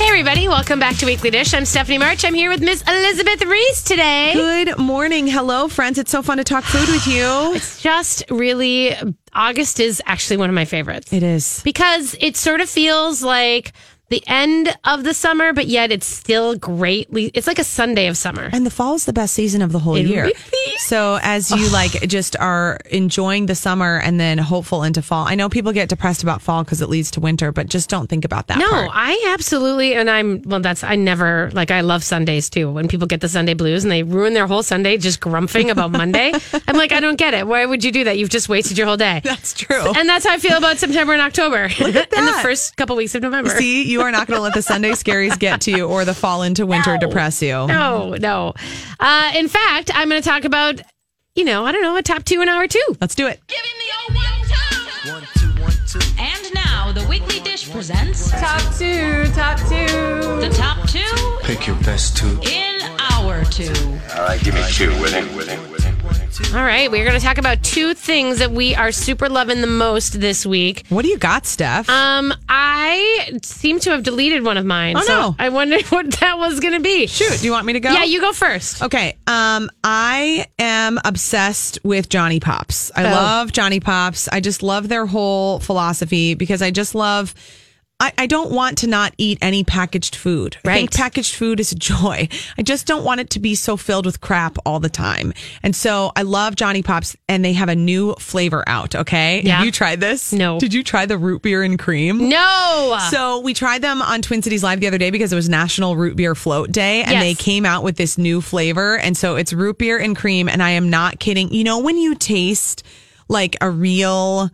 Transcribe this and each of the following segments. everybody. Welcome back to Weekly Dish. I'm Stephanie March. I'm here with Miss Elizabeth Reese today. Good morning. Hello, friends. It's so fun to talk food with you. It's just really August is actually one of my favorites It is. because it sort of feels like the end of the summer, but yet it's still greatly. It's like a Sunday of summer. And the fall is the best season of the whole year. really So as you like just are enjoying the summer and then hopeful into fall. I know people get depressed about fall because it leads to winter, but just don't think about that. No, part. I absolutely, and I'm, well, that's, I never, like, I love Sundays too. When people get the Sunday blues and they ruin their whole Sunday just grumping about Monday, I'm like, I don't get it. Why would you do that? You've just wasted your whole day. That's true. And that's how I feel about September and October. and the that. first couple weeks of November. See, you are not going to let the Sunday scaries get to you or the fall into winter depress you. No, no. Uh, in fact, I'm going to talk about, you know, I don't know, a top two in hour two. Let's do it. Give him the old one, two. One, two, one, two. And now the weekly dish presents Top two, top two. the top two Pick your best two. in our two. All right, give me two with it, with it, with it, with it. All right, we're going to talk about two things that we are super loving the most this week. What do you got, Steph? Um, I seem to have deleted one of mine. Oh, so no. I wondered what that was going to be. Shoot, do you want me to go? Yeah, you go first. Okay. Um, I am obsessed with Johnny Pops. Oh. I love Johnny Pops. I just love their whole philosophy because I just love. I, I don't want to not eat any packaged food. I think Right. packaged food is a joy. I just don't want it to be so filled with crap all the time. And so I love Johnny Pops, and they have a new flavor out. Okay, Yeah. Have you tried this? No. Did you try the root beer and cream? No. So we tried them on Twin Cities Live the other day because it was National Root Beer Float Day and Yes. they came out with this new flavor. And so it's root beer and cream. And I am not kidding. You know, when you taste like a real,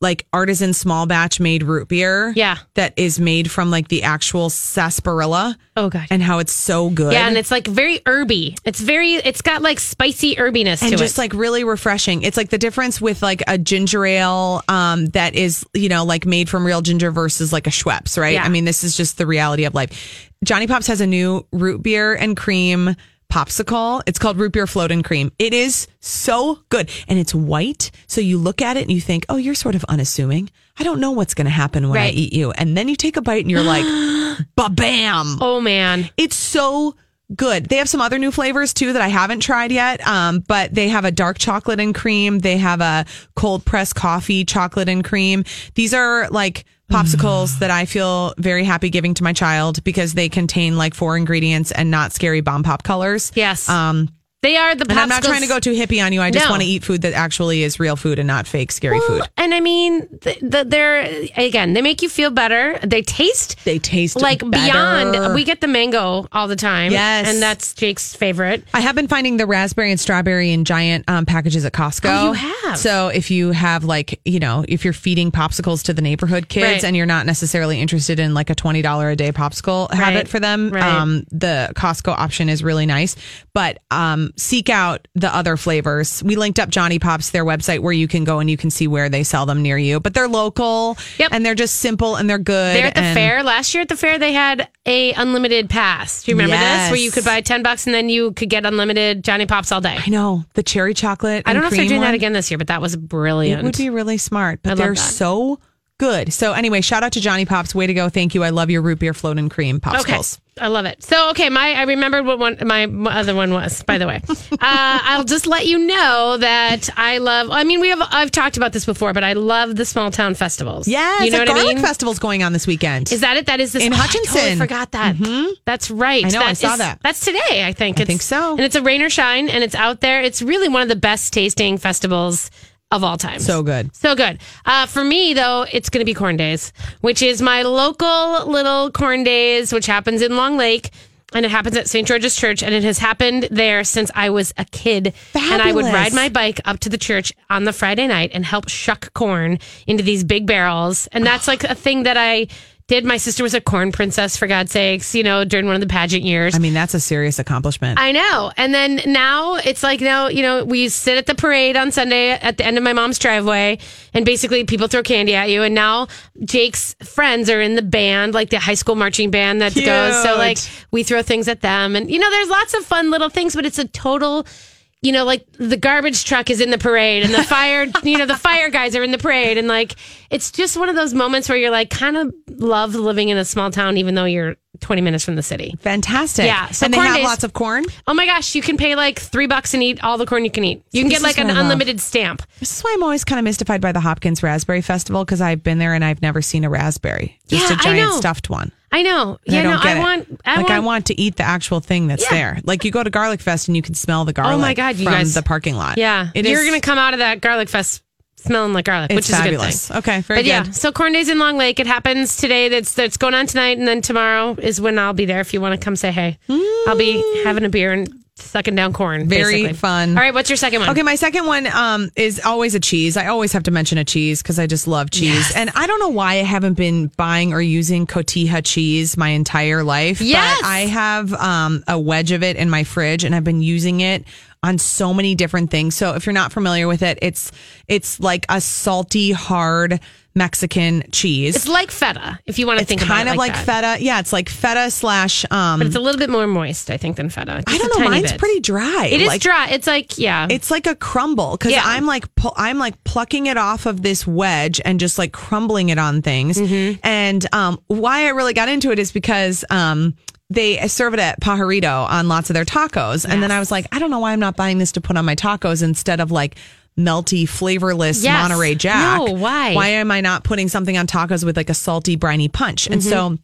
like artisan small batch made root beer. Yeah. That is made from like the actual sarsaparilla. Oh, God. And how it's so good. yeah, and it's like very herby. It's very, it's got like spicy herbiness and to just it. like really refreshing. It's like the difference with like a ginger ale um, that is, you know, like made from real ginger versus like a Schweppes, right? Yeah. I mean, this is just the reality of life. Johnny Pops has a new root beer and cream popsicle. It's called root beer float and cream. It is so good and it's white. So you look at it and you think, oh, you're sort of unassuming. I don't know what's going to happen when I Right. eat you. And then you take a bite and you're like, ba bam. oh, man. It's so good. They have some other new flavors too that I haven't tried yet. Um, but they have a dark chocolate and cream. They have a cold pressed coffee chocolate and cream. These are like popsicles that I feel very happy giving to my child because they contain like four ingredients and not scary bomb pop colors. Yes. Um, They are the popsicles. and I'm not trying to go too hippie on you. I just No. want to eat food that actually is real food and not fake scary Well, food. And I mean, th- th- they're again, they make you feel better. They taste They taste like beyond. better. We get the mango all the time. Yes. and that's Jake's favorite. I have been finding the raspberry and strawberry in giant um, packages at Costco. Oh, you have? So if you have like, you know, if you're feeding popsicles to the neighborhood kids Right. and you're not necessarily interested in like a $20 a day popsicle habit for them, Right. um, the Costco option is really nice. But um, seek out the other flavors. We linked up Johnny Pops, their website where you can go and you can see where they sell them near you. But they're local Yep. and they're just simple and they're good. They're at the and- fair. Last year at the fair, they had a unlimited pass. Do you remember this? Yes. Where you could buy ten bucks and then you could get unlimited Johnny Pops all day. I know the cherry chocolate. I don't and know if they're cream doing that one. again this year, but that was It brilliant. would be really smart, but love they're that. so good. So anyway, shout out to Johnny Pops. Way to go. Thank you. I love your root beer float and cream Okay. popsicles. I love it. So, okay, my I remembered what one my other one was. By the way, uh, I'll just let you know that I love. I mean, we have I've talked about this before, but I love the small town festivals. Yes, you know a what I garlic mean. festival's going on this weekend. Is that it? That is this In oh, I totally Hutchinson. Mm-hmm. forgot that. That's right. I know, I saw is- that. That's today. I think. It's, think so. And it's a rain or shine, and it's out there. It's really one of the best tasting festivals of all time. so good. So good. Uh, for me, though, it's going to be Corn Days, which is my local little Corn Days, which happens in Long Lake. And it happens at St. George's Church, and it has happened there since I was a kid. And I would Fabulous. ride my bike up to the church on the Friday night and help shuck corn into these big barrels. And that's like a thing that I did. My sister was a corn princess, for God's sakes, you know, during one of the pageant years. I mean, that's a serious accomplishment. I know. And then now it's like now, you know, we sit at the parade on Sunday at the end of my mom's driveway and basically people throw candy at you. And now Jake's friends are in the band, like the high school marching band that goes. So like Cute. we throw things at them and you know, there's lots of fun little things, but it's a total you know, like the garbage truck is in the parade and the fire, you know, the fire guys are in the parade. And like, it's just one of those moments where you're like, kind of love living in a small town, even though you're 20 minutes from the city. Fantastic. Yeah, so and they corn have days- lots of corn. Oh my gosh, you can pay like three bucks and eat all the corn you can eat. You can This get is like an what I love. unlimited stamp. This is why I'm always kind of mystified by the Hopkins Raspberry Festival because I've been there and I've never seen a raspberry. Just Yeah, a I giant know. stuffed one. I know. And Yeah, I don't no, get I it. want, I like want. I want to eat the actual thing that's Yeah. Oh there. Like you go to Garlic Fest and you can smell the garlic. my God, you from guys- the parking lot. Yeah, it you're is- gonna come out of that garlic fest smelling like garlic, It's which is fabulous. a good thing. Okay, very but yeah, good. so corn days in Long Lake. It happens today. That's that's going on tonight, and then tomorrow is when I'll be there. If you want to come say hey, I'll be having a beer and sucking down corn. Mm. Very basically. fun. All right, what's your second one? Okay, my second one um, is always a cheese. I always have to mention a cheese because I just love cheese, and I don't know why I haven't been buying or using cotija cheese my entire life. Yes! but I have um, a wedge of it in my fridge, and I've been using it on so many different things. So if you're not familiar with it, it's it's like a salty, hard Mexican cheese. it's like feta. If you want to think about kind it of like, that. feta. Yeah, it's like feta slash. Um, It's a little bit more moist, I think, than feta. I Just a don't know. tiny Mine's bit. pretty dry. It is Like, dry. It's like yeah. It's like a crumble because Yeah. I'm like pu- I'm like plucking it off of this wedge and just like crumbling it on things. Mm-hmm. And um, why I really got into it is because um, they serve it at Pajarito on lots of their tacos. And then I was like, I don't know why I'm not buying this to put on my tacos instead of like melty, flavorless Yes. Monterey Jack. No, why? Why am I not putting something on tacos with like a salty, briny punch? And Mm-hmm. so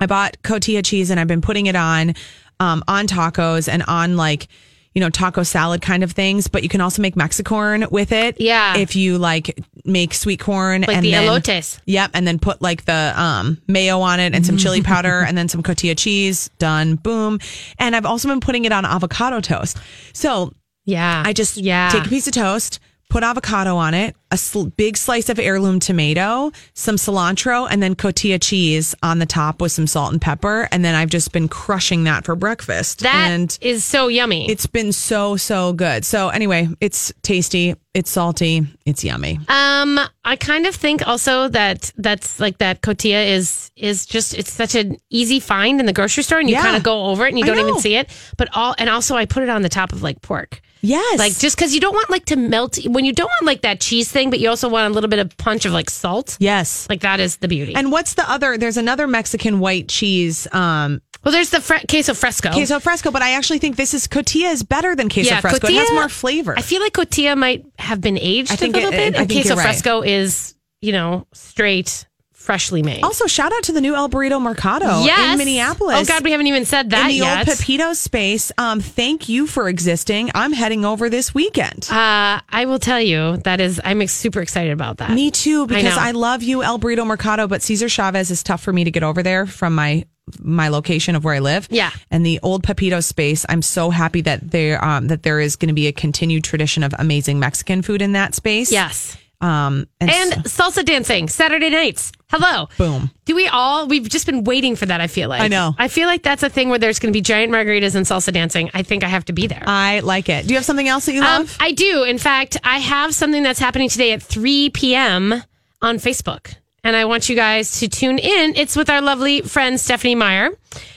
I bought cotija cheese and I've been putting it on um, on tacos and on like you know taco salad kind of things. But you can also make mexicorn with it. Yeah. if you like make sweet corn Like and the then, elotes. Yep, and then put like the um, mayo on it and some chili Mm-hmm. powder and then some cotija cheese. Done. Boom. And I've also been putting it on avocado toast. So yeah. I just yeah. take a piece of toast, put avocado on it, a sl- big slice of heirloom tomato, some cilantro, and then cotija cheese on the top with some salt and pepper. And then I've just been crushing that for breakfast. That and is so yummy. it's been so, so good. So, anyway, it's tasty, it's salty, it's yummy. Um, I kind of think also that that's like that cotija is is just it's such an easy find in the grocery store, and you Yeah. kind of go over it and you I don't even know. see it. But all and also I put it on the top of like pork. Yes. Like just because you don't want like to melt when you don't want like that cheese thing, but you also want a little bit of punch of like salt. yes. Like that is the beauty. And And what's the other? There's another Mexican white cheese, um, well, there's the fre- queso fresco. queso fresco, but I actually think this is cotija is better than queso fresco. it has cotija- more flavor. I feel like cotija might have been aged I think a little it- bit, I and think queso you're right. fresco is you know straight, freshly made. Also, shout out to the new El Burrito Mercado yes, in Minneapolis. Oh God, we haven't even said that in the yet. old Pepito space. Um, thank you for existing. I'm heading over this weekend. Uh, I will tell you that is I'm ex- super excited about that. me too, know. because I, love you, El Burrito Mercado. But Cesar Chavez is tough for me to get over there from my my location of where I live. Yeah. and the old Pepito space. I'm so happy that there um, that there is going to be a continued tradition of amazing Mexican food in that space. Yes. Um, and, And so- salsa dancing Saturday nights. Hello. Boom. Do we all? We've just been waiting for that. I feel like I know. I feel like that's a thing where there's going to be giant margaritas and salsa dancing. I think I have to be there. I like it. Do you have something else that you Um, love? I do. In fact, I have something that's happening today at 3 p.m. on Facebook. And I want you guys to tune in. It's with our lovely friend Stephanie Meyer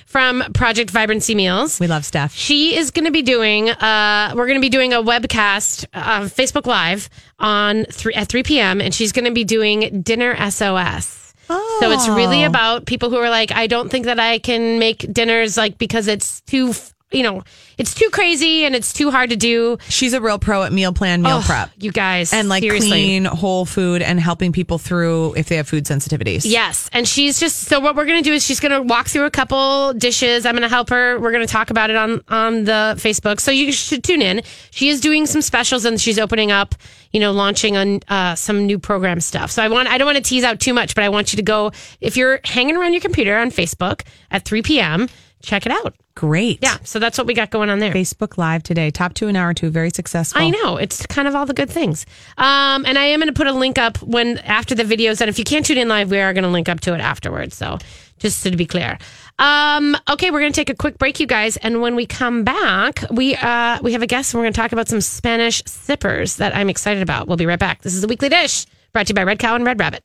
from Project Vibrancy Meals. we love Steph. She is going to be doing. Uh, we're going to be doing a webcast, uh, Facebook Live on three at three p.m. and she's going to be doing dinner SOS. So it's Oh. really about people who are like, I don't think that I can make dinners like because it's too, f- you know, it's too crazy and it's too hard to do. She's a real pro at meal plan, meal Ugh, prep. you guys, and like seriously. clean whole food and helping people through if they have food sensitivities. Yes. And she's just so what we're gonna do is she's gonna walk through a couple dishes. I'm gonna help her. We're gonna talk about it on on the Facebook. So you should tune in. She is doing some specials and she's opening up, you know, launching on uh, some new program stuff. So I want I don't want to tease out too much, but I want you to go if you're hanging around your computer on Facebook at 3 p.m. Check it out. Great. Yeah. So that's what we got going on there. Facebook Live today, top two an hour two, very successful. I know it's kind of all the good things. Um, and I am going to put a link up when after the videos. And if you can't tune in live, we are going to link up to it afterwards. So just to be clear. Um, okay, we're going to take a quick break, you guys. And when we come back, we uh, we have a guest, and we're going to talk about some Spanish sippers that I'm excited about. We'll be right back. This is the Weekly Dish, brought to you by Red Cow and Red Rabbit.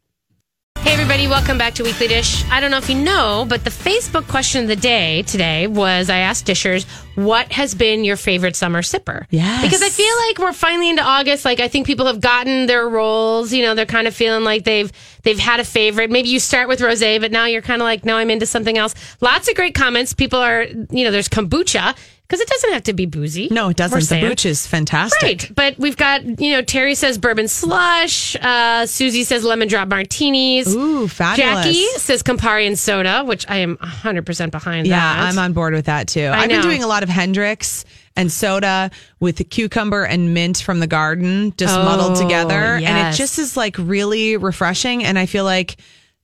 Hey, everybody, welcome back to Weekly Dish. I don't know if you know, but the Facebook question of the day today was I asked Dishers, what has been your favorite summer sipper? Yes. Because I feel like we're finally into August. Like, I think people have gotten their roles. You know, they're kind of feeling like they've they've had a favorite. Maybe you start with rose, but now you're kind of like, no, I'm into something else. Lots of great comments. People are, you know, there's kombucha. Because it doesn't have to be boozy. No, it doesn't. We're The saying. booch is fantastic. Right. But we've got, you know, Terry says bourbon slush. Uh, Susie says lemon drop martinis. Ooh, fabulous. Jackie says Campari and soda, which I am 100% behind Yeah, that. I'm on board with that too. I have know. been doing a lot of Hendrix and soda with the cucumber and mint from the garden just muddled together. And Oh, yes. it just is like really refreshing. And I feel like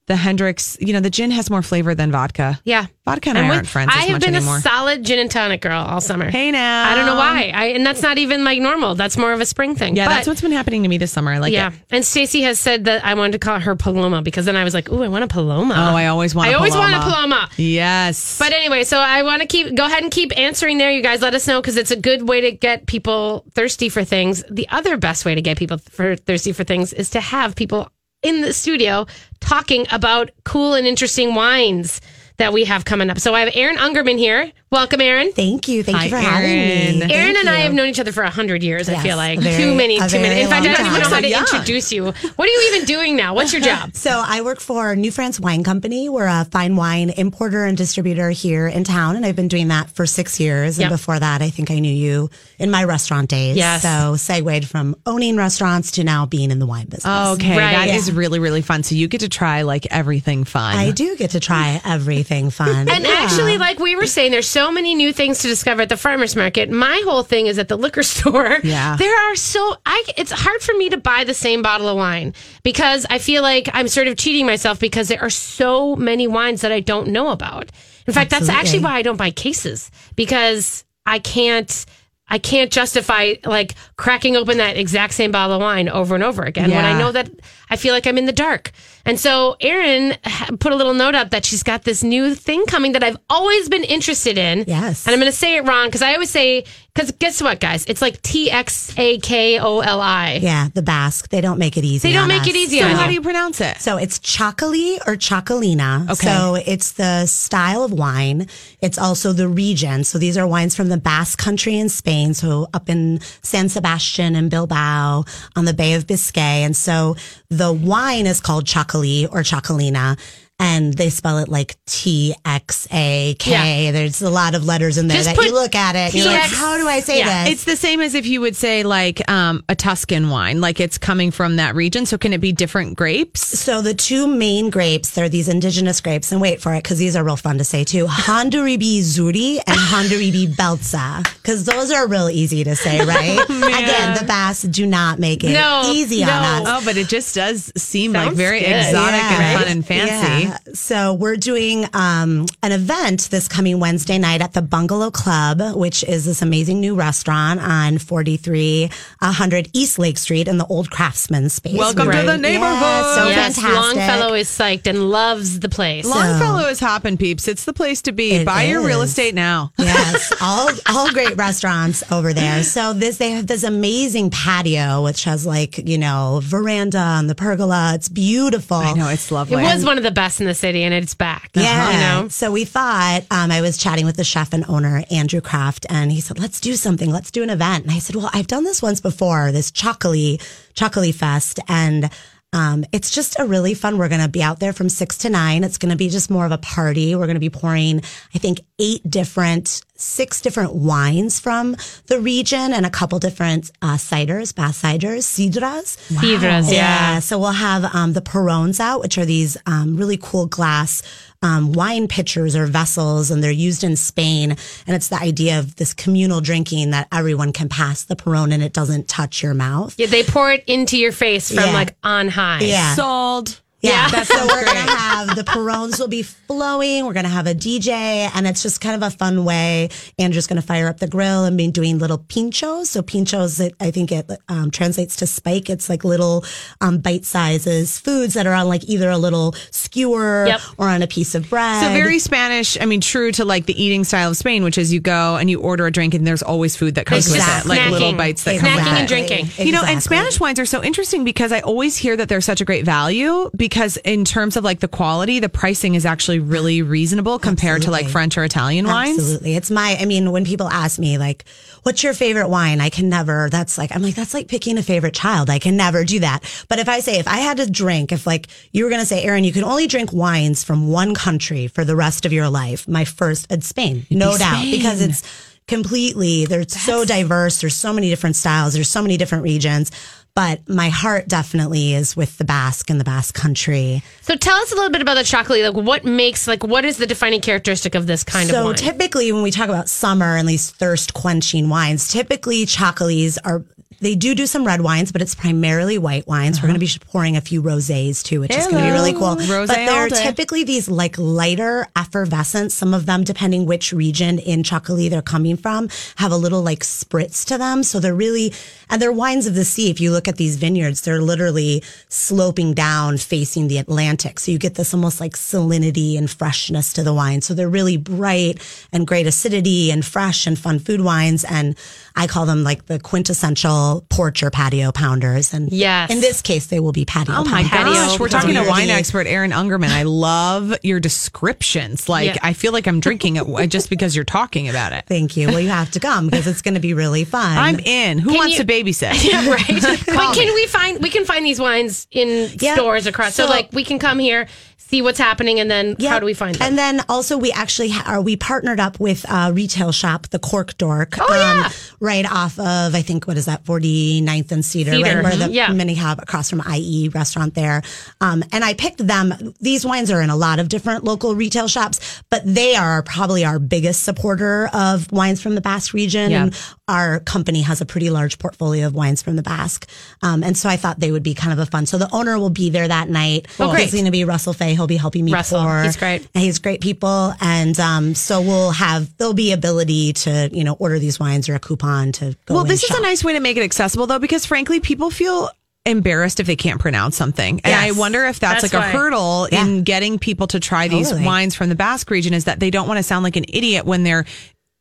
the Hendrix, you know, the gin has more flavor than vodka. Yeah. Vodka and I'm I with- aren't friends I as have much been anymore. a solid gin and tonic girl all summer. Hey, now. I don't know why. I, and that's not even like normal. That's more of a spring thing. yeah, But- that's what's been happening to me this summer. I like Yeah. it. And Stacy has said that I wanted to call her Paloma because then I was like, ooh, I want a Paloma. Oh, I always want I a always want a Paloma. Paloma. Yes. But anyway, so I want to keep go ahead and keep answering there, you guys. Let us know because it's a good way to get people thirsty for things. The other best way to get people for thirsty for things is to have people in the studio talking about cool and interesting wines that we have coming up. So I have Aaron Ungerman here. Welcome, Aaron. Thank you. Thank Hi, you for having Erin. Aaron me. Thank and I you. have known each other for a hundred years. I Yes, feel like a very- too many, a too many. very In fact, I long don't even know time. how to So young. introduce you. What are you even doing now? What's your job? So I work for New France Wine Company. We're a fine wine importer and distributor here in town, and I've been doing that for six years. Yep. And before that, I think I knew you in my restaurant days. Yes. So segued from owning restaurants to now being in the wine business. Oh. okay, Right. that is Yeah. really really fun. So you get to try like everything fun. I do get to try everything fun. And actually, like we were saying, there's so many new things to discover at the farmers market. My whole thing is at the liquor store. Yeah. there are so I. It's hard for me to buy the same bottle of wine because I feel like I'm sort of cheating myself because there are so many wines that I don't know about. In fact, that's actually Absolutely. why I don't buy cases because I can't. I can't justify like cracking open that exact same bottle of wine over and over again when I Yeah. know that I feel like I'm in the dark. And so Erin ha- put a little note up that she's got this new thing coming that I've always been interested in. Yes. And I'm going to say it wrong because I always say, because guess what, guys? It's like T X A K O L I. yeah, the Basque. They don't make it easy. They don't on make us. it easy So on how you. do you pronounce it? So it's Chocoli or Chocolina. Okay. So it's the style of wine. It's also the region. So these are wines from the Basque country in Spain. So up in San Sebastian and Bilbao on the Bay of Biscay. And so the wine is called Chocoli or Chocolina. And they spell it like T X A K. There's a lot of letters in there Just that put you look at it. and You're like, TX. how do I say Yeah. this? It's the same as if you would say like um, a Tuscan wine, like it's coming from that region. So can it be different grapes? So the two main grapes, they're these indigenous grapes, and wait for it because these are real fun to say too. Hondurubi Zuri and Hondurubi Belza, because those are real easy to say, right? Oh, Again, the Basque do not make it No, easy no. on us. Oh, but it just does seem like Sounds very good. exotic Yeah. and fun and fancy. Yeah. So we're doing um, an event this coming Wednesday night at the Bungalow Club, which is this amazing new restaurant on 4300 East Lake Street in the old Craftsman space. Welcome We're- to the Yeah, neighborhood. so Yes, fantastic. Longfellow is psyched and loves the place. Longfellow is hopping peeps. It's the place to be. It Buy your real is. Oh. estate now. Yes, all all great restaurants over there. So this they have this amazing patio which has like you know veranda on the pergola. It's beautiful. I know it's it lovely. was one of the best in the city, and it's back. Yeah. you Uh-huh, know? So we thought, um, I was chatting with the chef and owner, Andrew Kraft, and he said, let's do something. Let's do an event. And I said, well, I've done this once before, this Chocolate, Chocolate Fest. And, um, it's just a really fun. We're going to be out there from six to nine. It's going to be just more of a party. We're going to be pouring, I think, eight different, six different wines from the region and a couple different, uh, ciders, bass ciders, cidras. Pedras, Yeah. So we'll have um, the Perones out, which are these um, really cool glass um, wine pitchers or vessels, and they're used in Spain. And it's the idea of this communal drinking that everyone can pass the Perone and it doesn't touch your mouth. Yeah, they pour it into your face from Yeah. like on high. Yeah. sold. Yeah. Yeah. so we're going to have the Perones will be flowing. We're going to have a DJ and it's just kind of a fun way. Andrew's going to fire up the grill and be doing little pinchos. So pinchos, it, I think it um, translates to spike. It's like little um, bite sizes foods that are on like either a little skewer Yep. or on a piece of bread. So very Spanish. I mean, true to like the eating style of Spain, which is you go and you order a drink, and there's always food that comes with it, Exactly. like little Snacking. bites that Snacking come with and it. drinking. You know, and Exactly. Spanish wines are so interesting because I always hear that they're such a great value. Because because in terms of like the quality, the pricing is actually really reasonable compared to like Absolutely. French or Italian wines. Absolutely. It's my, I mean, when people ask me, like, what's your favorite wine? I can never, that's like, I'm like, that's like picking a favorite child. I can never do that. But if I say, if I had to drink, if like you were going to say, Aaron, you can only drink wines from one country for the rest of your life, my first, it's Spain, no doubt, because it's completely, they're so diverse. There's so many different styles. There's so many different regions. But my heart definitely is with the Basque and the Basque country. So tell us a little bit about the chocolate. Like, what makes like what is the defining characteristic of this kind of so wine? typically when we talk about summer and these thirst quenching wines, typically chocolates are they do do some red wines, but it's primarily white wines. We're going to be pouring a few rosés too, which is going to be really cool. Rosé but all they're day. typically these like lighter effervescent. Some of them, depending which region in chocolate they're coming from, have a little like spritz to them. So they're really and they're wines of the sea. If you look at these vineyards, they're literally sloping down, facing the Atlantic. So you get this almost like salinity and freshness to the wine. So they're really bright and great acidity and fresh and fun food wines. And I call them like the quintessential porch or patio pounders. And Yes. in this case, they will be patio. Oh my Patio gosh, we're talking to patio. wine expert Aaron Ungerman. I love your descriptions. Like, Yeah. I feel like I'm drinking it just because you're talking about it. Thank you. Well, you have to come because it's going to be really fun. I'm in. Who wants you- to babysit? Yeah, right. but me. can we find we can find these wines in Yeah. stores across? So, So- like we can come here, see what's happening, and then Yeah. how do we find them? And then also we actually ha- are we partnered up with a retail shop, the Cork Dork, um, Oh, yeah. right off of I think what is that 49th and Cedar, Cedar. right where the Mhm. Yeah. mini hub across from IE restaurant there. Um, and I picked them. These wines are in a lot of different local retail shops, but they are probably our biggest supporter of wines from the Basque region. Yeah. And our company has a pretty large portfolio of wines from the Basque, um, and so I thought they would be kind of a fun. So the owner will be there that night. Oh, great. He's going to be Russell Fay. He'll be helping me Russell. pour. He's great. And he's great people, and um, so we'll have there'll be ability to you know order these wines or a coupon to go. Well, and this is a shop. nice way to make it accessible though, because frankly, people feel embarrassed if they can't pronounce something. And I Yes. wonder if that's, That's like a why. hurdle in getting people to try these Totally. wines from the Basque region is that they don't want to sound like an idiot when they're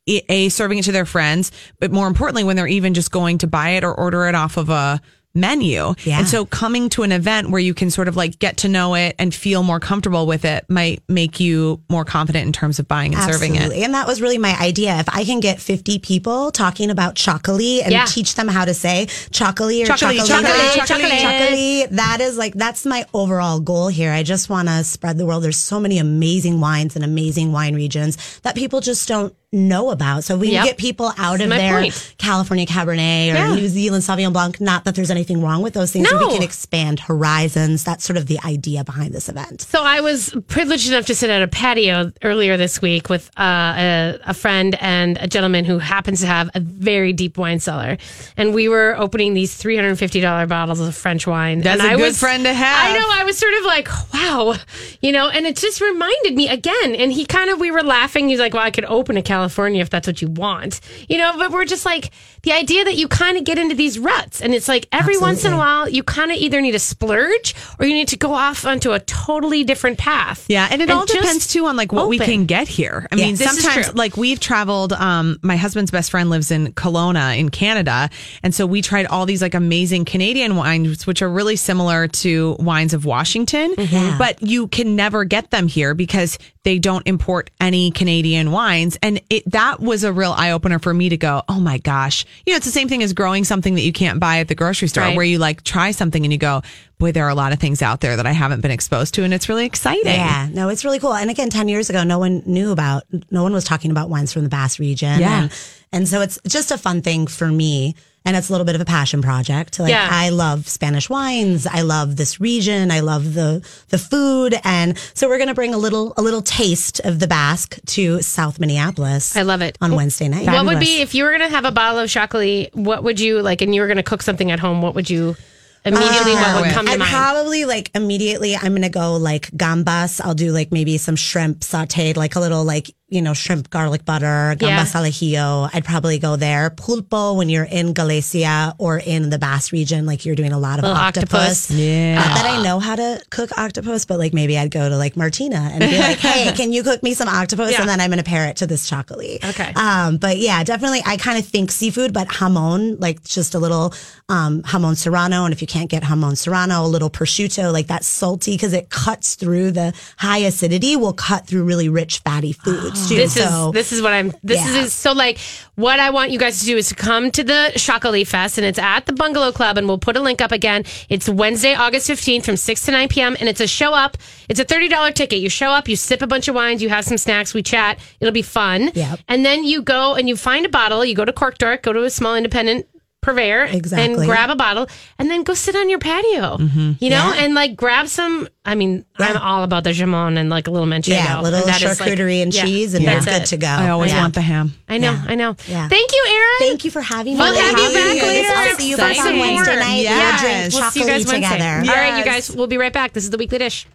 i- a serving it to their friends, but more importantly, when they're even just going to buy it or order it off of a menu. Yeah. And so coming to an event where you can sort of like get to know it and feel more comfortable with it might make you more confident in terms of buying and serving it. Absolutely. And that was really my idea. If I can get 50 people talking about chocolate and Yeah. teach them how to say chocolate or Chocolate, chocolate, chocolate, chocolate. that is like, that's my overall goal here. I just want to spread the world. There's so many amazing wines and amazing wine regions that people just don't know about. So if we Yep. can get people out of my their point. California Cabernet or Yeah. New Zealand Sauvignon Blanc, not that there's anything wrong with those things, but No. we can expand horizons. That's sort of the idea behind this event. So I was privileged enough to sit at a patio earlier this week with uh, a, a friend and a gentleman who happens to have a very deep wine cellar, and we were opening these three hundred and fifty dollar bottles of French wine. That's and a I good was, friend to have. I know. I was sort of like, wow, you know, and it just reminded me again. And he kind of, we were laughing. He's like, well, I could open a California if that's what you want, you know. But we're just like the idea that you kind of get into these ruts, and it's like every once in a Absolutely. while you kind of either need to splurge or you need to go off onto a totally different path. Yeah, and it all just depends too on like what we open. can get here. I mean, Yes. This is sometimes true. like we've traveled. Um, my husband's best friend lives in Kelowna in Canada, and so we tried all these like amazing Canadian wines, which are really similar to wines of Washington, but you can never get them here because they don't import any Canadian wines, and it that was a real eye opener for me to go, oh my gosh, you know, it's the same thing as growing something that you can't buy at the grocery store, Right. where you like try something and you go. Boy, there are a lot of things out there that I haven't been exposed to, and it's really exciting. Yeah, no, it's really cool. And again, 10 years ago, no one knew about, no one was talking about wines from the Bass region. Yeah. And, and so it's just a fun thing for me. And it's a little bit of a passion project. Like Yeah. I love Spanish wines. I love this region. I love the the food. And so we're gonna bring a little a little taste of the Basque to South Minneapolis. I love it. on Wednesday night. What would be if you were going to have a bottle of chocolate? What would you like? And you were going to cook something at home. What would you immediately? what would come to I'd mind? probably like immediately. I'm gonna go like gambas. I'll do like maybe some shrimp sautéed, like a little like you know, shrimp garlic butter, gamba Yeah. salajillo. I'd probably go there. Pulpo when you're in Galicia or in the Basque region, like you're doing a lot of Little octopus. octopus. Yeah. Not that I know how to cook octopus, but like maybe I'd go to like Martina and be like, hey, can you cook me some octopus? Yeah. And then I'm going to pair it to this chocolate. Okay. Um, but yeah, definitely I kind of think seafood, but jamon, like just a little um, jamon serrano. And if you can't get jamon serrano, a little prosciutto, like that salty, because it cuts through the high acidity, will cut through really rich fatty Oh. foods too. This so is this is what I'm. This Yeah. is so like what I want you guys to do is to come to the Shakali Fest, and it's at the Bungalow Club, and we'll put a link up again. It's Wednesday, August fifteenth, from six to nine p.m., and it's a show up. It's a thirty dollar ticket. You show up, you sip a bunch of wines, you have some snacks, we chat. It'll be fun. Yep. And then you go and you find a bottle. You go to Cork Dork, go to a small independent purveyor, Exactly. Mm-hmm. and grab a bottle, and then go sit on your patio. You know, and like grab some. I mean, I'm all about the jamon and like a little manchego. Yeah, a little And that is, like- charcuterie and yeah, cheese, and that's it's good it. to go. I always Yeah. want the ham. I know, I know. Yeah. Thank you, Erin. Thank you for having me. We'll have you back later. I'll see you back on Exciting. Wednesday night. Yes. We'll drink We'll see you guys chocolate Wednesday. together. All right, you Yes. guys, we'll be right back. This is the Weekly Dish.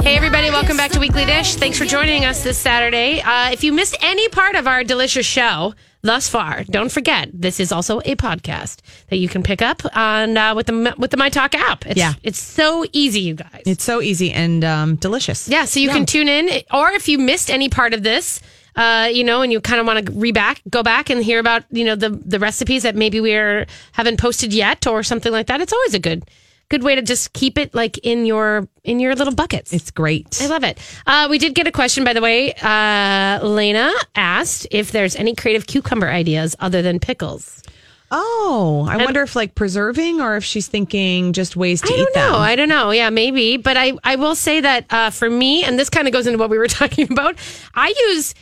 Hey, everybody, welcome back to Weekly Dish. Thanks for joining us this Saturday. Uh, if you missed any part of our delicious show thus far, don't forget this is also a podcast that you can pick up on uh, with the with the My Talk app. It's, Yeah. it's so easy, you guys. It's so easy and um, delicious. Yeah, so you can tune in, or if you missed any part of this, uh, you know, and you kind of want to re back, go back and hear about you know the the recipes that maybe we are haven't posted yet or something like that. It's always a good good way to just keep it like in your in your little buckets. It's great. I love it. Uh, we did get a question, by the way. Uh, Lena asked if there's any creative cucumber ideas other than pickles. oh, I wonder if like preserving or if she's thinking just ways to I eat don't know. them. I don't know. Yeah, maybe. But I, I will say that uh, for me, and this kind of goes into what we were talking about. I use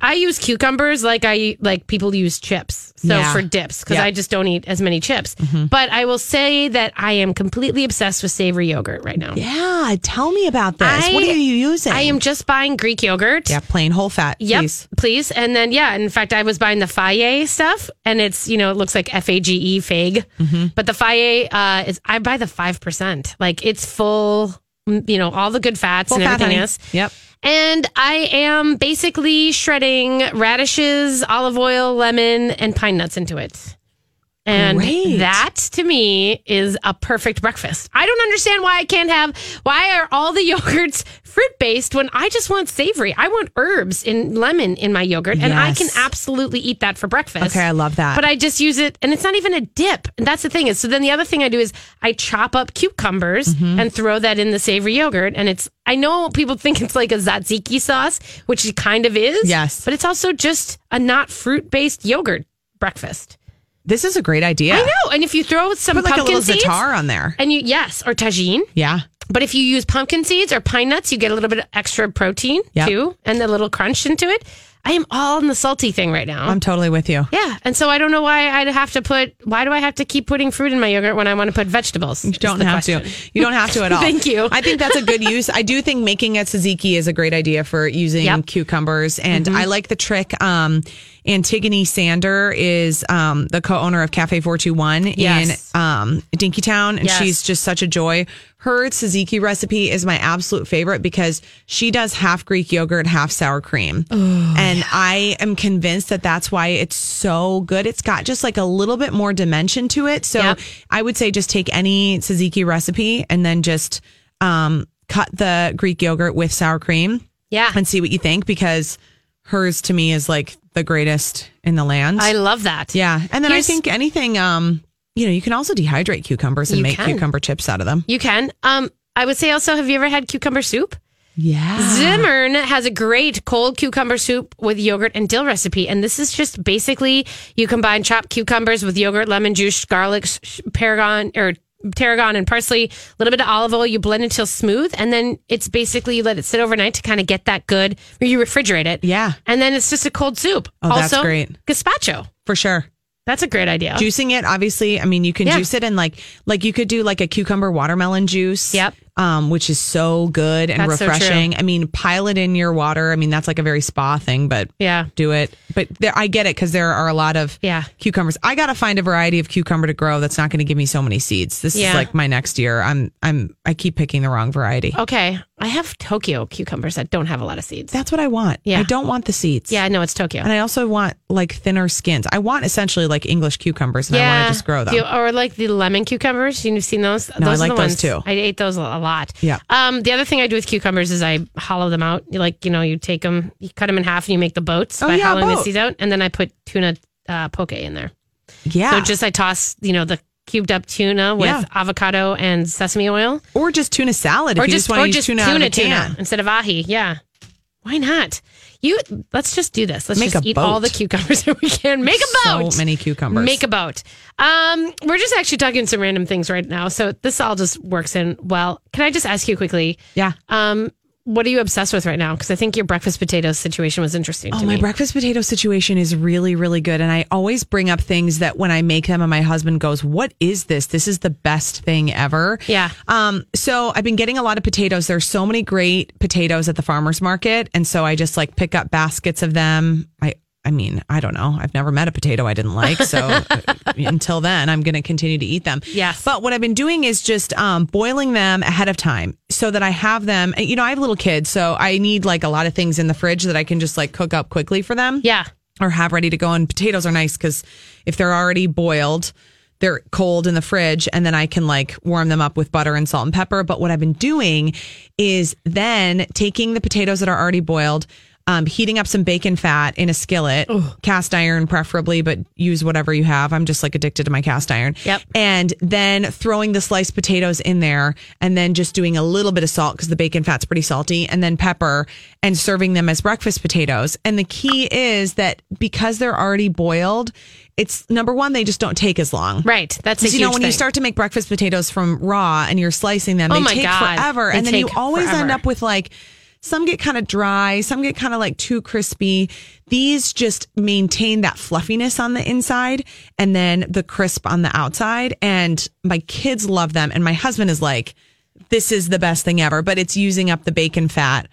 I use cucumbers like I like people use chips. So Yeah. for dips because Yeah. Mm-hmm. I just don't eat as many chips. But I will say that I am completely obsessed with savory yogurt right now. yeah, tell me about this. what are I- you using? I am just buying Greek yogurt. yeah, plain whole fat. Yep, please. please. And then, yeah, in fact, I was buying the Faye stuff, and it's, you know, it looks like F A G E, fag. Mm-hmm. But the Faye uh, is, I buy the 5%. Like, it's full, mm, you know, all the good fats Full and fat, everything honey. else. Yep. And I am basically shredding radishes, olive oil, lemon, and pine nuts into it. And Great. that to me is a perfect breakfast. I don't understand why I can't have why are all the yogurts fruit based when I just want savory. I want herbs and lemon in my yogurt and I can Yes. absolutely eat that for breakfast. Okay, I love that. But I just use it and it's not even a dip. And that's the thing is so then the other thing I do is I chop up cucumbers Mm-hmm. and throw that in the savory yogurt and it's I know people think it's like a tzatziki sauce, which it kind of is. Yes. But it's also just a not fruit based yogurt breakfast. This is a great idea. I know. And if you throw some Put like a pumpkin little seeds, za'atar on there. and you yes, or tagine. Yeah. But if you use pumpkin seeds or pine nuts, you get a little bit of extra protein Yep. too, and a little crunch into it. I am all in the salty thing right now. I'm totally with you. yeah, and so I don't know why I'd have to put. Why do I have to keep putting fruit in my yogurt when I want to put vegetables? You don't have to. You don't have to at all. Thank you. I think that's a good use. I do think making a tzatziki is a great idea for using Yep. Mm-hmm. cucumbers, and I like the trick. Um, Antigone Sander is um, the co-owner of Cafe Four Two One Yes. in um, Dinkytown, and Yes. she's just such a joy. Her tzatziki recipe is my absolute favorite because she does half Greek yogurt, half sour cream, and I am convinced that that's why it's so good. It's got just like a little bit more dimension to it, so. Yep. I would say just take any tzatziki recipe and then just um, cut the Greek yogurt with sour cream Yeah, and see what you think because hers to me is like the greatest in the land. I love that. yeah. And then I Here's- think anything, um, you know, you can also dehydrate cucumbers and You make can. cucumber chips out of them. you can. Um, I would say also, have you ever had cucumber soup? Yeah. Zimmern has a great cold cucumber soup with yogurt and dill recipe. And this is just basically you combine chopped cucumbers with yogurt, lemon juice, garlic, sh- sh- paragon, or tarragon and parsley, a little bit of olive oil. You blend until smooth. And then it's basically you let it sit overnight to kind of get that good, or you refrigerate it. Yeah. And then it's just a cold soup. Oh, that's also, great. Gazpacho. For sure. That's a great idea. Juicing it, obviously. I mean, you can Yeah. juice it and like, like you could do like a cucumber watermelon juice. Yep. Um, which is so good and That's so true. refreshing. I mean, pile it in your water. I mean, that's like a very spa thing, but Yeah. do it. But there, I get it because there are a lot of Yeah. cucumbers. I gotta find a variety of cucumber to grow that's not going to give me so many seeds. This Yeah. Oh. is like my next year. I'm I'm I keep picking the wrong variety. Okay. I have Tokyo cucumbers that don't have a lot of seeds. That's what I want. Yeah. I don't want the seeds. yeah, no, it's Tokyo. And I also want like thinner skins. I want essentially like English cucumbers and I want to just grow them. Do you- or like the lemon cucumbers. You've seen those? No, I those like are the those ones too. I ate those a lot. Yeah. Um, the other thing I do with cucumbers is I hollow them out. You Like you know, you take them, you cut them in half, and you make the boats Oh, by yeah, hollowing the boat. seeds out, and then I put tuna uh, poke in there. yeah. So just I toss you know the cubed up tuna with Ah. Yeah. avocado and sesame oil, or just tuna salad if or you just, just, want or to use just tuna, tuna out of a tuna can. instead of ahi. Yeah. Why not? You let's just do this. Let's Make just a eat all the boat. cucumbers that we can. Make a boat. So many cucumbers. Make a boat. Um, we're just actually talking some random things right now, so this all just works in well. Can I just ask you quickly? yeah. Um, what are you obsessed with right now? Because I think your breakfast potatoes situation was interesting. Oh, to my me. breakfast potato situation is really, really good. And I always bring up things that when I make them and my husband goes, What is this? This is the best thing ever. Yeah. Um, so I've been getting a lot of potatoes. There's so many great potatoes at the farmer's market. And so I just like pick up baskets of them. I, I mean, I don't know. I've never met a potato I didn't like. So uh, until then, I'm going to continue to eat them. Yes. But what I've been doing is just um, boiling them ahead of time so that I have them. You know, I have little kids, so I need like a lot of things in the fridge that I can just like cook up quickly for them yeah, or have ready to go. And potatoes are nice because if they're already boiled, they're cold in the fridge, and then I can like warm them up with butter and salt and pepper. But what I've been doing is then taking the potatoes that are already boiled. Um, heating up some bacon fat in a skillet, cast iron preferably, but use whatever you have. I'm just like addicted to my cast iron. Yep. And then throwing the sliced potatoes in there and then just doing a little bit of salt because the bacon fat's pretty salty and then pepper and serving them as breakfast potatoes. And the key is that because they're already boiled, it's number one, they just don't take as long. right. That's a Because, you know, huge when you thing. start to make breakfast potatoes from raw and you're slicing them, Oh they my take God. forever. They and then you take always forever. end up with like some get kind of dry, some get kind of like too crispy. These just maintain that fluffiness on the inside and then the crisp on the outside. And my kids love them. And my husband is like, this is the best thing ever, but it's using up the bacon fat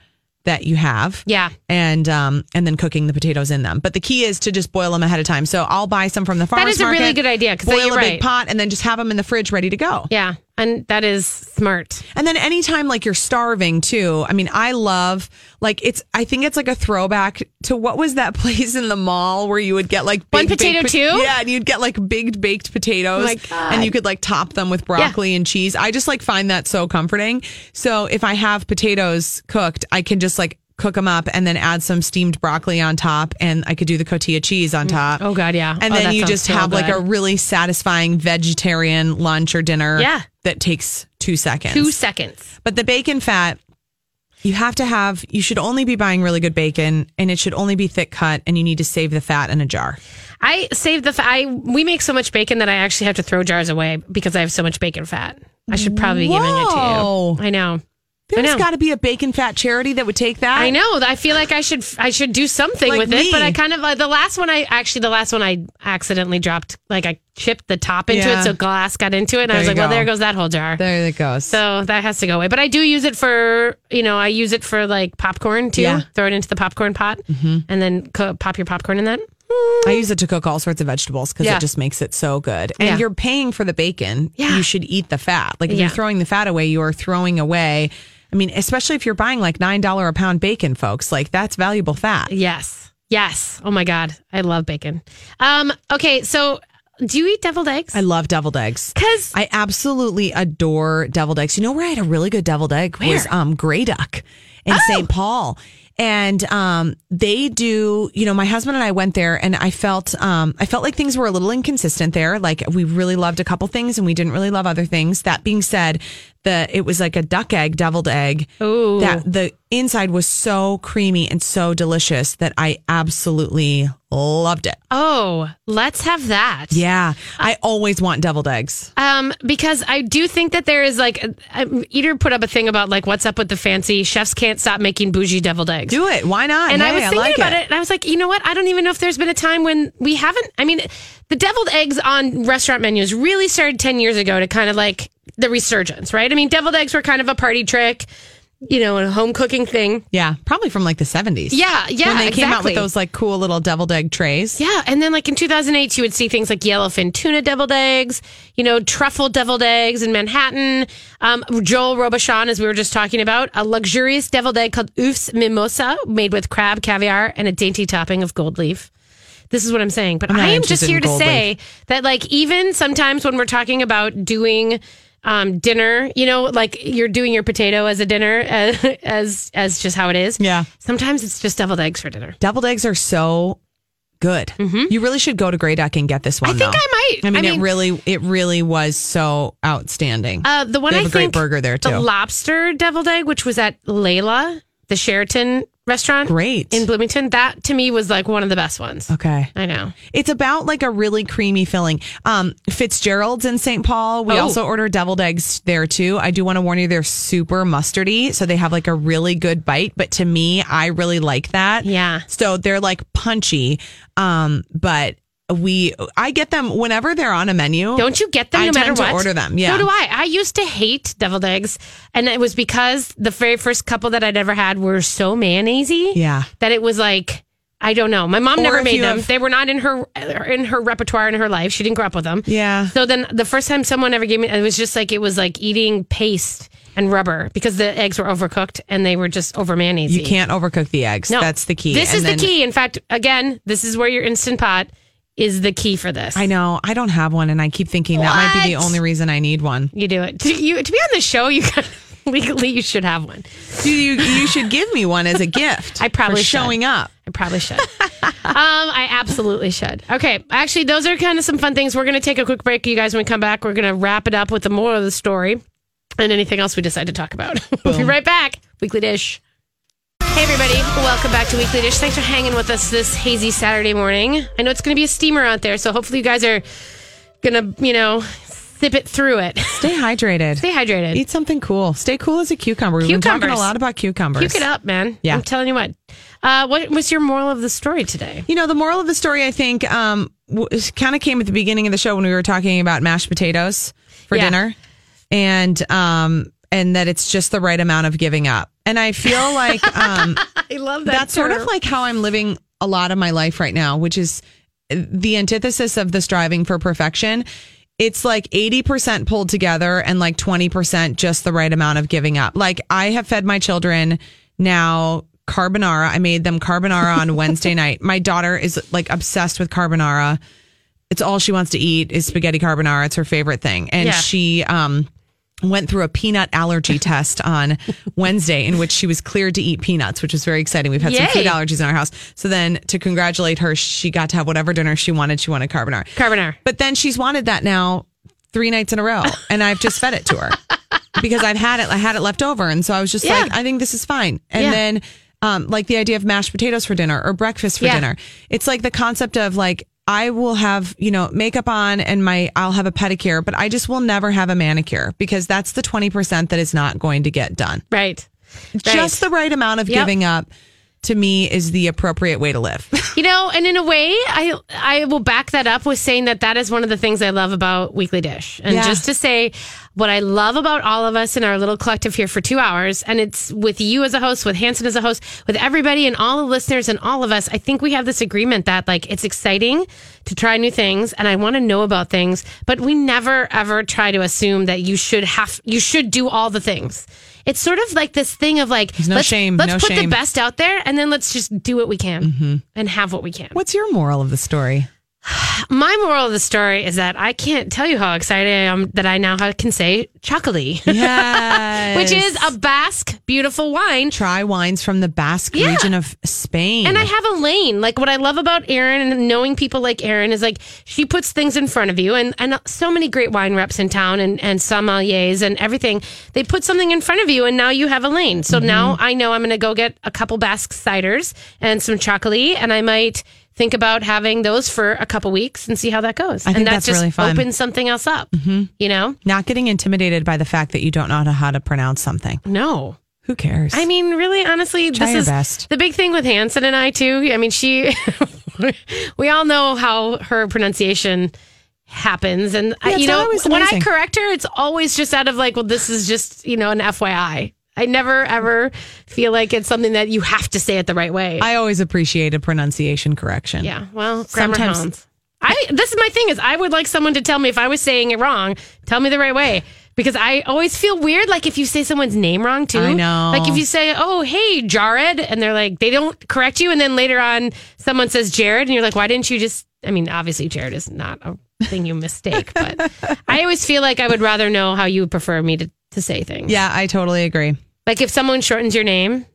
that you have Yeah. and um and then cooking the potatoes in them but the key is to just boil them ahead of time so i'll buy some from the farmers is a really market, good idea, 'cause then boil you're a right. big pot and then just have them in the fridge ready to go yeah, and that is smart. and then anytime like you're starving too, I mean, I love like it's. I think it's like a throwback to what was that place in the mall where you would get like One baked- potato baked- too? Yeah, and you'd get like baked baked potatoes, Oh my God. and you could like top them with broccoli and cheese. I just like find that so comforting. So if I have potatoes cooked, I can just like cook them up and then add some steamed broccoli on top, and I could do the cotija cheese on top. Oh, God, yeah. and Oh, that then you sounds just so have like good. a really satisfying vegetarian lunch or dinner. Yeah. That takes two seconds. Two seconds. But the bacon fat, you have to have, you should only be buying really good bacon and it should only be thick cut and you need to save the fat in a jar. I save the. Fa- I we make so much bacon that I actually have to throw jars away because I have so much bacon fat. I should probably be giving it Whoa. to you. I know. I There's know. got to be a bacon fat charity that would take that. I know. I feel like I should I should do something Like with it, me. but I kind of uh, the last one I actually the last one I accidentally dropped like I chipped the top into Yeah. it so glass got into it and I There was you like, well, go. there goes that whole jar. There it goes. so that has to go away. But I do use it for, you know, I use it for like popcorn too. Yeah. Mm-hmm. Throw it into the popcorn pot and then co- pop your popcorn in that. I use it to cook all sorts of vegetables because Yeah. it just makes it so good. And Yeah. you're paying for the bacon. Yeah. You should eat the fat. Like if Yeah. you're throwing the fat away, you are throwing away. I mean, especially if you're buying like $9 a pound bacon, folks, like that's valuable fat. Yes. Yes. Oh my God. I love bacon. Um, okay. So do you eat deviled eggs? I love deviled eggs. Because I absolutely adore deviled eggs. You know where I had a really good deviled egg was um Grey Duck in Oh! St. Paul. And um they do, you know, my husband and I went there and I felt um I felt like things were a little inconsistent there. Like we really loved a couple things and we didn't really love other things. That being said, the it was like a duck egg, deviled egg. Ooh. That the inside was so creamy and so delicious that I absolutely loved it. oh, let's have that. Yeah. I always want deviled eggs. Um, because I do think that there is like, a- um, Eater put up a thing about like, what's up with the fancy chefs can't stop making bougie deviled eggs. Do it. Why not? and I Hey, was thinking like about it. and I was like, you know what? I don't even know if there's been a time when we haven't. I mean, the deviled eggs on restaurant menus really started 10 years ago to kind of like the resurgence, right? I mean, deviled eggs were kind of a party trick. you know, a home cooking thing. Yeah, probably from like the 70s. Yeah, yeah, When they came out exactly. with those like cool little deviled egg trays. Yeah, and then like in 2008, you would see things like yellowfin tuna deviled eggs, you know, truffle deviled eggs in Manhattan. Um, Joel Robichon, as we were just talking about, a luxurious deviled egg called Oof's Mimosa, made with crab, caviar, and a dainty topping of gold leaf. This is what I'm saying, but not I am interested just here in to gold say that like even sometimes when we're talking about doing um, dinner, you know, like you're doing your potato as a dinner, uh, as as just how it is. Yeah. Sometimes it's just deviled eggs for dinner. Deviled eggs are so good. You really should go to Grey Duck and get this one. Mm-hmm. I think though. I might. I mean, I it mean- really, it really was so outstanding. Uh, the one They I have a think great burger there, too. The lobster deviled egg, which was at Layla, the Sheraton restaurant, Great. in Bloomington. That to me was like one of the best ones. okay. I know. It's about like a really creamy filling. Um, Fitzgerald's in St. Paul. We Oh. also order deviled eggs there too. I do want to warn you, they're super mustardy, so they have like a really good bite. But to me, I really like that. Yeah. So they're like punchy. Um, but we, I get them whenever they're on a menu. Don't you get them I no matter tend to what? order them, yeah. So do I. I used to hate deviled eggs, and it was because the very first couple that I'd ever had were so mayonnaisey. Yeah. That it was like I don't know. My mom Or never if made you them. have- they were not in her in her repertoire in her life. She didn't grow up with them. Yeah. So then the first time someone ever gave me, it was just like it was like eating paste and rubber because the eggs were overcooked and they were just over mayonnaise. You can't overcook the eggs. That's the key. This And is then- the key. In fact, again, this is where your instant pot is the key for this. I know. I don't have one, and I keep thinking that might be the What? only reason I need one. You do it. To, you, to be on the show, you kind of- legally you should have one. You, you, you should give me one as a gift. I probably for should. showing up. I probably should. um, I absolutely should. Okay, actually, those are kind of some fun things. We're going to take a quick break, you guys. When we come back, we're going to wrap it up with the moral of the story and anything else we decide to talk about. we'll be right back. Weekly Dish. Hey, everybody. Welcome back to Weekly Dish. Thanks for hanging with us this hazy Saturday morning. I know it's going to be a steamer out there, so hopefully you guys are going to, you know, sip it through it. Stay hydrated. Stay hydrated. Eat something cool. Stay cool as a cucumber. We've been talking Cucumbers. a lot about cucumbers. Puke it up, man. Yeah. I'm telling you what. Uh, what was your moral of the story today? You know, the moral of the story, I think, um, kind of came at the beginning of the show when we were talking about mashed potatoes for Yeah. dinner, and um, and that it's just the right amount of giving up. And I feel like um, I love that. that's sort of like how I'm living a lot of my life right now, which is the antithesis of the striving for perfection. It's like 80% pulled together and like 20% just the right amount of giving up. Like I have fed my children now carbonara. I made them carbonara on Wednesday night. My daughter is like obsessed with carbonara. It's all she wants to eat is spaghetti carbonara. It's her favorite thing. And Yeah. she um went through a peanut allergy test on Wednesday in which she was cleared to eat peanuts, which was very exciting. We've had some Yay. food allergies in our house. So then to congratulate her, she got to have whatever dinner she wanted. She wanted carbonara. Carbonara. But then she's wanted that now three nights in a row. And I've just fed it to her because I've had it, I had it left over. And so I was just Yeah. like, I think this is fine. And Yeah. then, um, like the idea of mashed potatoes for dinner or breakfast for Yeah. dinner. It's like the concept of like, I will have, you know, makeup on and my, I'll have a pedicure, but I just will never have a manicure because that's the 20% that is not going to get done. right. Just the right amount of Yep. giving up to me is the appropriate way to live. you know, and in a way, I I will back that up with saying that that is one of the things I love about Weekly Dish, and Yeah. just to say what I love about all of us in our little collective here for two hours, and it's with you as a host, with Hanson as a host, with everybody and all the listeners and all of us. I think we have this agreement that like it's exciting to try new things, and I want to know about things, but we never ever try to assume that you should have you should do all the things. It's sort of like this thing of like no let's, shame, let's no put the shame. Mm-hmm. best out there, and then let's just do what we can and have what we can. What's your moral of the story? My moral of the story is that I can't tell you how excited I am that I now ha- can say chocolatey, Yeah. which is a Basque beautiful wine. try wines from the Basque Yeah. region of Spain. And I have a lane. Like what I love about Erin and knowing people like Erin is like she puts things in front of you and, and so many great wine reps in town and, and sommeliers and everything. They put something in front of you and now you have a lane. So now Mm-hmm. I know I'm going to go get a couple Basque ciders and some chocolatey and I might think about having those for a couple weeks and see how that goes. think and that that's just really fun. Mm-hmm. opens something else up, you know? not getting intimidated by the fact that you don't know how to pronounce something. No. Who cares? I mean, really, honestly, Try this your is best. the big thing with Hanson and I too. I mean, she, we all know how her pronunciation happens, and I, Yeah, it's you know, always when I amazing. correct her, it's always just out of like, well, this is just you know an FYI. I never ever feel like it's something that you have to say it the right way. I always appreciate a pronunciation correction. yeah. Well, grammar Sometimes- hounds. I this is my thing is I would like someone to tell me if I was saying it wrong, tell me the right way. Because I always feel weird, like if you say someone's name wrong too. I know. Like if you say, "Oh, hey, Jared," and they're like, they don't correct you, and then later on, someone says Jared, and you're like, "Why didn't you just?" I mean, obviously, Jared is not a thing you mistake, but I always feel like I would rather know how you prefer me to, to say things. Yeah, I totally agree. Like if someone shortens your name,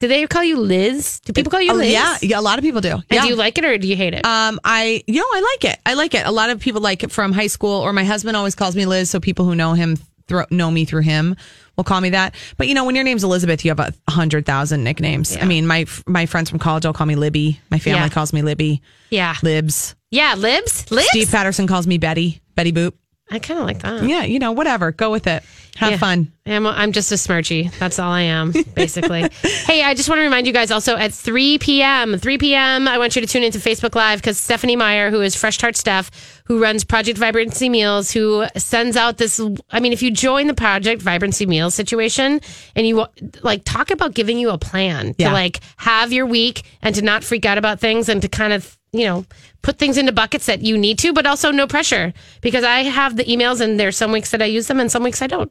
do they call you Liz? Do people call you Oh, Liz? yeah, yeah, a lot of people do. And yeah. do you like it or do you hate it? Um, I you know I like it. I like it. A lot of people like it from high school, or my husband always calls me Liz. So people who know him thro- know me through him will call me that. But you know, when your name's Elizabeth, you have a hundred thousand nicknames. I mean, my f- my friends from college all call me Libby. My family Yeah. calls me Libby. yeah. Libs. Yeah, libs. Libs. Steve Patterson calls me Betty. Betty Boop. I kind of like that. Yeah, you know, whatever. Go with it. Have Yeah. fun. I'm, I'm just a smirchy. That's all I am, basically. hey, I just want to remind you guys also at 3 p.m. 3 p.m. I want you to tune into Facebook Live because Stephanie Meyer, who is Fresh Tart Steph, who runs Project Vibrancy Meals, who sends out this. I mean, if you join the Project Vibrancy Meals situation and you wa- like talk about giving you a plan Yeah. to like have your week and to not freak out about things and to kind of you know, put things into buckets that you need to, but also no pressure because I have the emails and there's some weeks that I use them and some weeks I don't.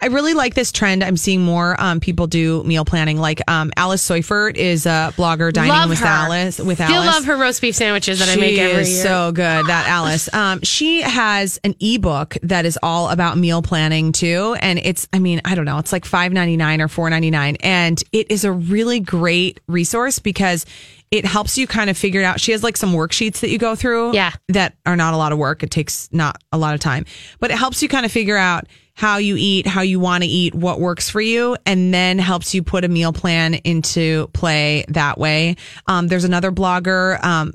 I really like this trend. I'm seeing more um, people do meal planning. Like um, Alice Seifert is a blogger dining with Alice. With Still Alice, love her roast beef sandwiches that I she make every is year. so good, that Alice. Um, she has an ebook that is all about meal planning too, and it's I mean I don't know, it's like five ninety nine or four ninety nine, and it is a really great resource because it helps you kind of figure it out. She has like some worksheets that you go through, Yeah. that are not a lot of work. It takes not a lot of time, but it helps you kind of figure out how you eat, how you want to eat, what works for you, and then helps you put a meal plan into play that way. Um, there's another blogger um,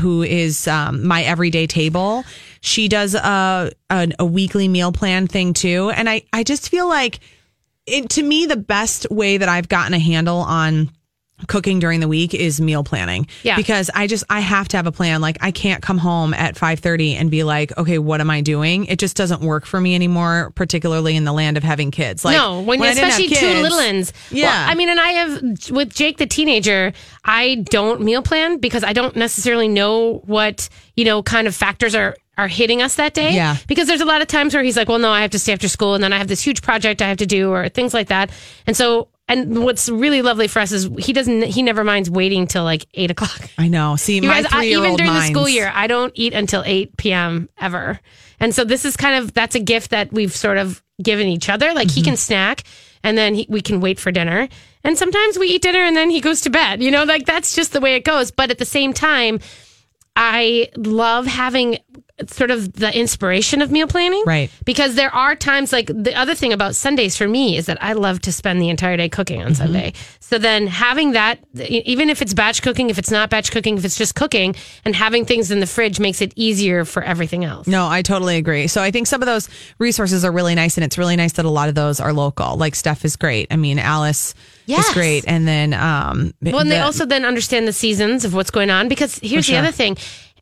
who is um, My Everyday Table. She does a, an, a weekly meal plan thing too. And I, I just feel like it, to me, the best way that I've gotten a handle on cooking during the week is meal planning. Yeah. Because I just I have to have a plan. Like I can't come home at five thirty and be like, okay, what am I doing? It just doesn't work for me anymore, particularly in the land of having kids. Like no, when, I didn't have especially two kids- little ins. Yeah. Well, I mean, and I have with Jake the teenager, I don't meal plan because I don't necessarily know what, you know, kind of factors are are hitting us that day. Yeah. Because there's a lot of times where he's like, "Well, no, I have to stay after school and then I have this huge project I have to do or things like that." And so and what's really lovely for us is he doesn't he never minds waiting till like eight o'clock. I know. See, You my guys, I, three year even old during the school year, I don't eat until 8 p.m. ever. And so this is kind of, that's a gift that we've sort of given each other. Like Mm-hmm. he can snack and then he, we can wait for dinner. And sometimes we eat dinner and then he goes to bed. You know, like that's just the way it goes. But at the same time, I love having sort of the inspiration of meal planning. Right. Because there are times like the other thing about Sundays for me is that I love to spend the entire day cooking on Sunday. So then having that, e-, even if it's batch cooking, if it's not batch cooking, if it's just cooking and having things in the fridge makes it easier for everything else. No, I totally agree. So I think some of those resources are really nice, and it's really nice that a lot of those are local. Like Steph is great. I mean, Alice Yes. is great, and then um, Well, and they also then understand the seasons of what's going on because here's sure. the other thing.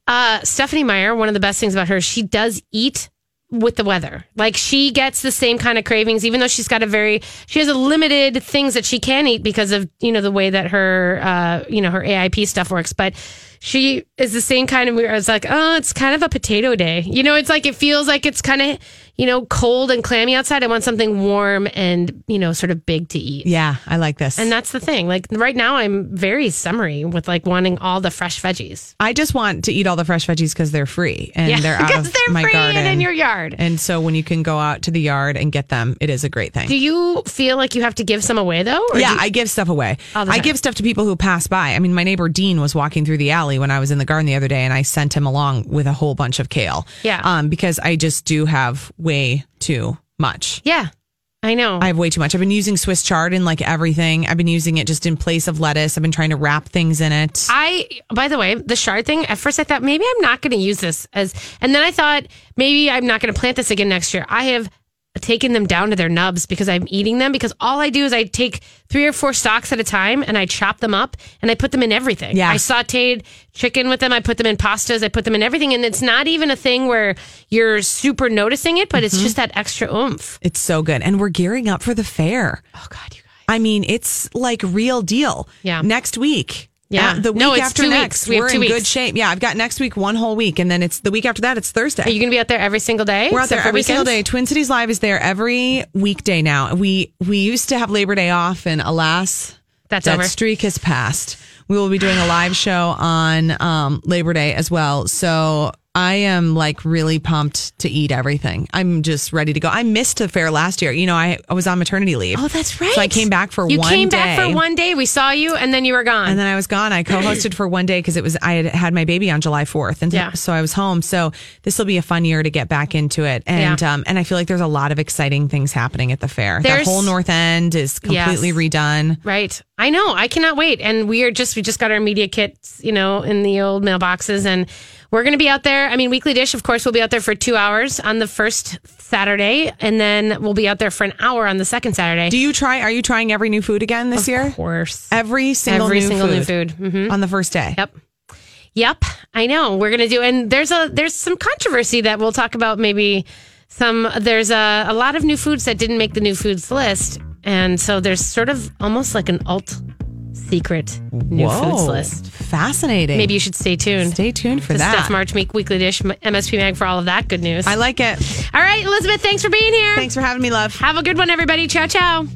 Uh, Stephanie Meyer, one of the best things about her, she does eat with the weather. Like she gets the same kind of cravings, even though she's got a very, she has a limited things that she can eat because of, you know, the way that her, uh, you know, her AIP stuff works. But she is the same kind of, it's like, oh, it's kind of a potato day. You know, it's like, it feels like it's kind of, you know, cold and clammy outside. I want something warm and, you know, sort of big to eat. yeah, I like this. And that's the thing. Like right now, I'm very summery with like wanting all the fresh veggies. I just want to eat all the fresh veggies because they're free and they're out because of they're my free garden. and in your yard. And so when you can go out to the yard and get them, it is a great thing. Do you feel like you have to give some away though? Or yeah, do you- I give stuff away. All the I time. give stuff to people who pass by. I mean, my neighbor Dean was walking through the alley when I was in the garden the other day, and I sent him along with a whole bunch of kale. Yeah. um, because I just do have way too much. yeah, I know. I have way too much. I've been using Swiss chard in like everything. I've been using it just in place of lettuce. I've been trying to wrap things in it. I, by the way, the shard thing, at first I thought maybe I'm not going to use this as, and then I thought maybe I'm not going to plant this again next year. I have taken them down to their nubs because I'm eating them because all I do is I take three or four stalks at a time and I chop them up and I put them in everything. Yeah. I sauteed chicken with them. I put them in pastas. I put them in everything. And it's not even a thing where you're super Mm-hmm. noticing it, but it's just that extra oomph. it's so good, and we're gearing up for the fair. Oh God, you guys. I mean, it's like real deal. Yeah. Next week. Yeah. Uh, the week No, it's after two next, weeks. We have we're two in good weeks. shape. Yeah, I've got next week one whole week, and then it's the week after that. It's Thursday. Are you going to be out there every single day? We're out there except for every single day. weekends? Twin Cities Live is there every weekday now. We we used to have Labor Day off, and alas, That's that over. streak has passed. We will be doing a live show on um, Labor Day as well. So I am like really pumped to eat everything. I'm just ready to go. I missed the fair last year. You know, I, I was on maternity leave. Oh, that's right. So I came back for you one came day. back for one day. We saw you, and then you were gone. And then I was gone. I co-hosted for one day because it was I had had my baby on July fourth, and Yeah. so I was home. So this will be a fun year to get back into it, and Yeah. um, and I feel like there's a lot of exciting things happening at the fair. There's- the whole north end is completely Yes. redone. Right. I know. I cannot wait. And we are just, we just got our media kits, you know, in the old mailboxes. And we're going to be out there. I mean, Weekly Dish, of course, will be out there for two hours on the first Saturday. And then we'll be out there for an hour on the second Saturday. Do you try? Are you trying every new food again this year? of course. Every single Every new single food new food. hmm on the first day. Yep. Yep. I know. We're going to do, and there's a, there's some controversy that we'll talk about maybe some, there's a, a lot of new foods that didn't make the new foods list. And so there's sort of almost like an alt secret new foods Whoa, list. fascinating. Maybe you should stay tuned. stay tuned for to that. Stuff March Meek Weekly Dish M- MSP Mag for all of that good news. I like it. all right, Elizabeth, thanks for being here. Thanks for having me, love. Have a good one, everybody. Ciao, ciao.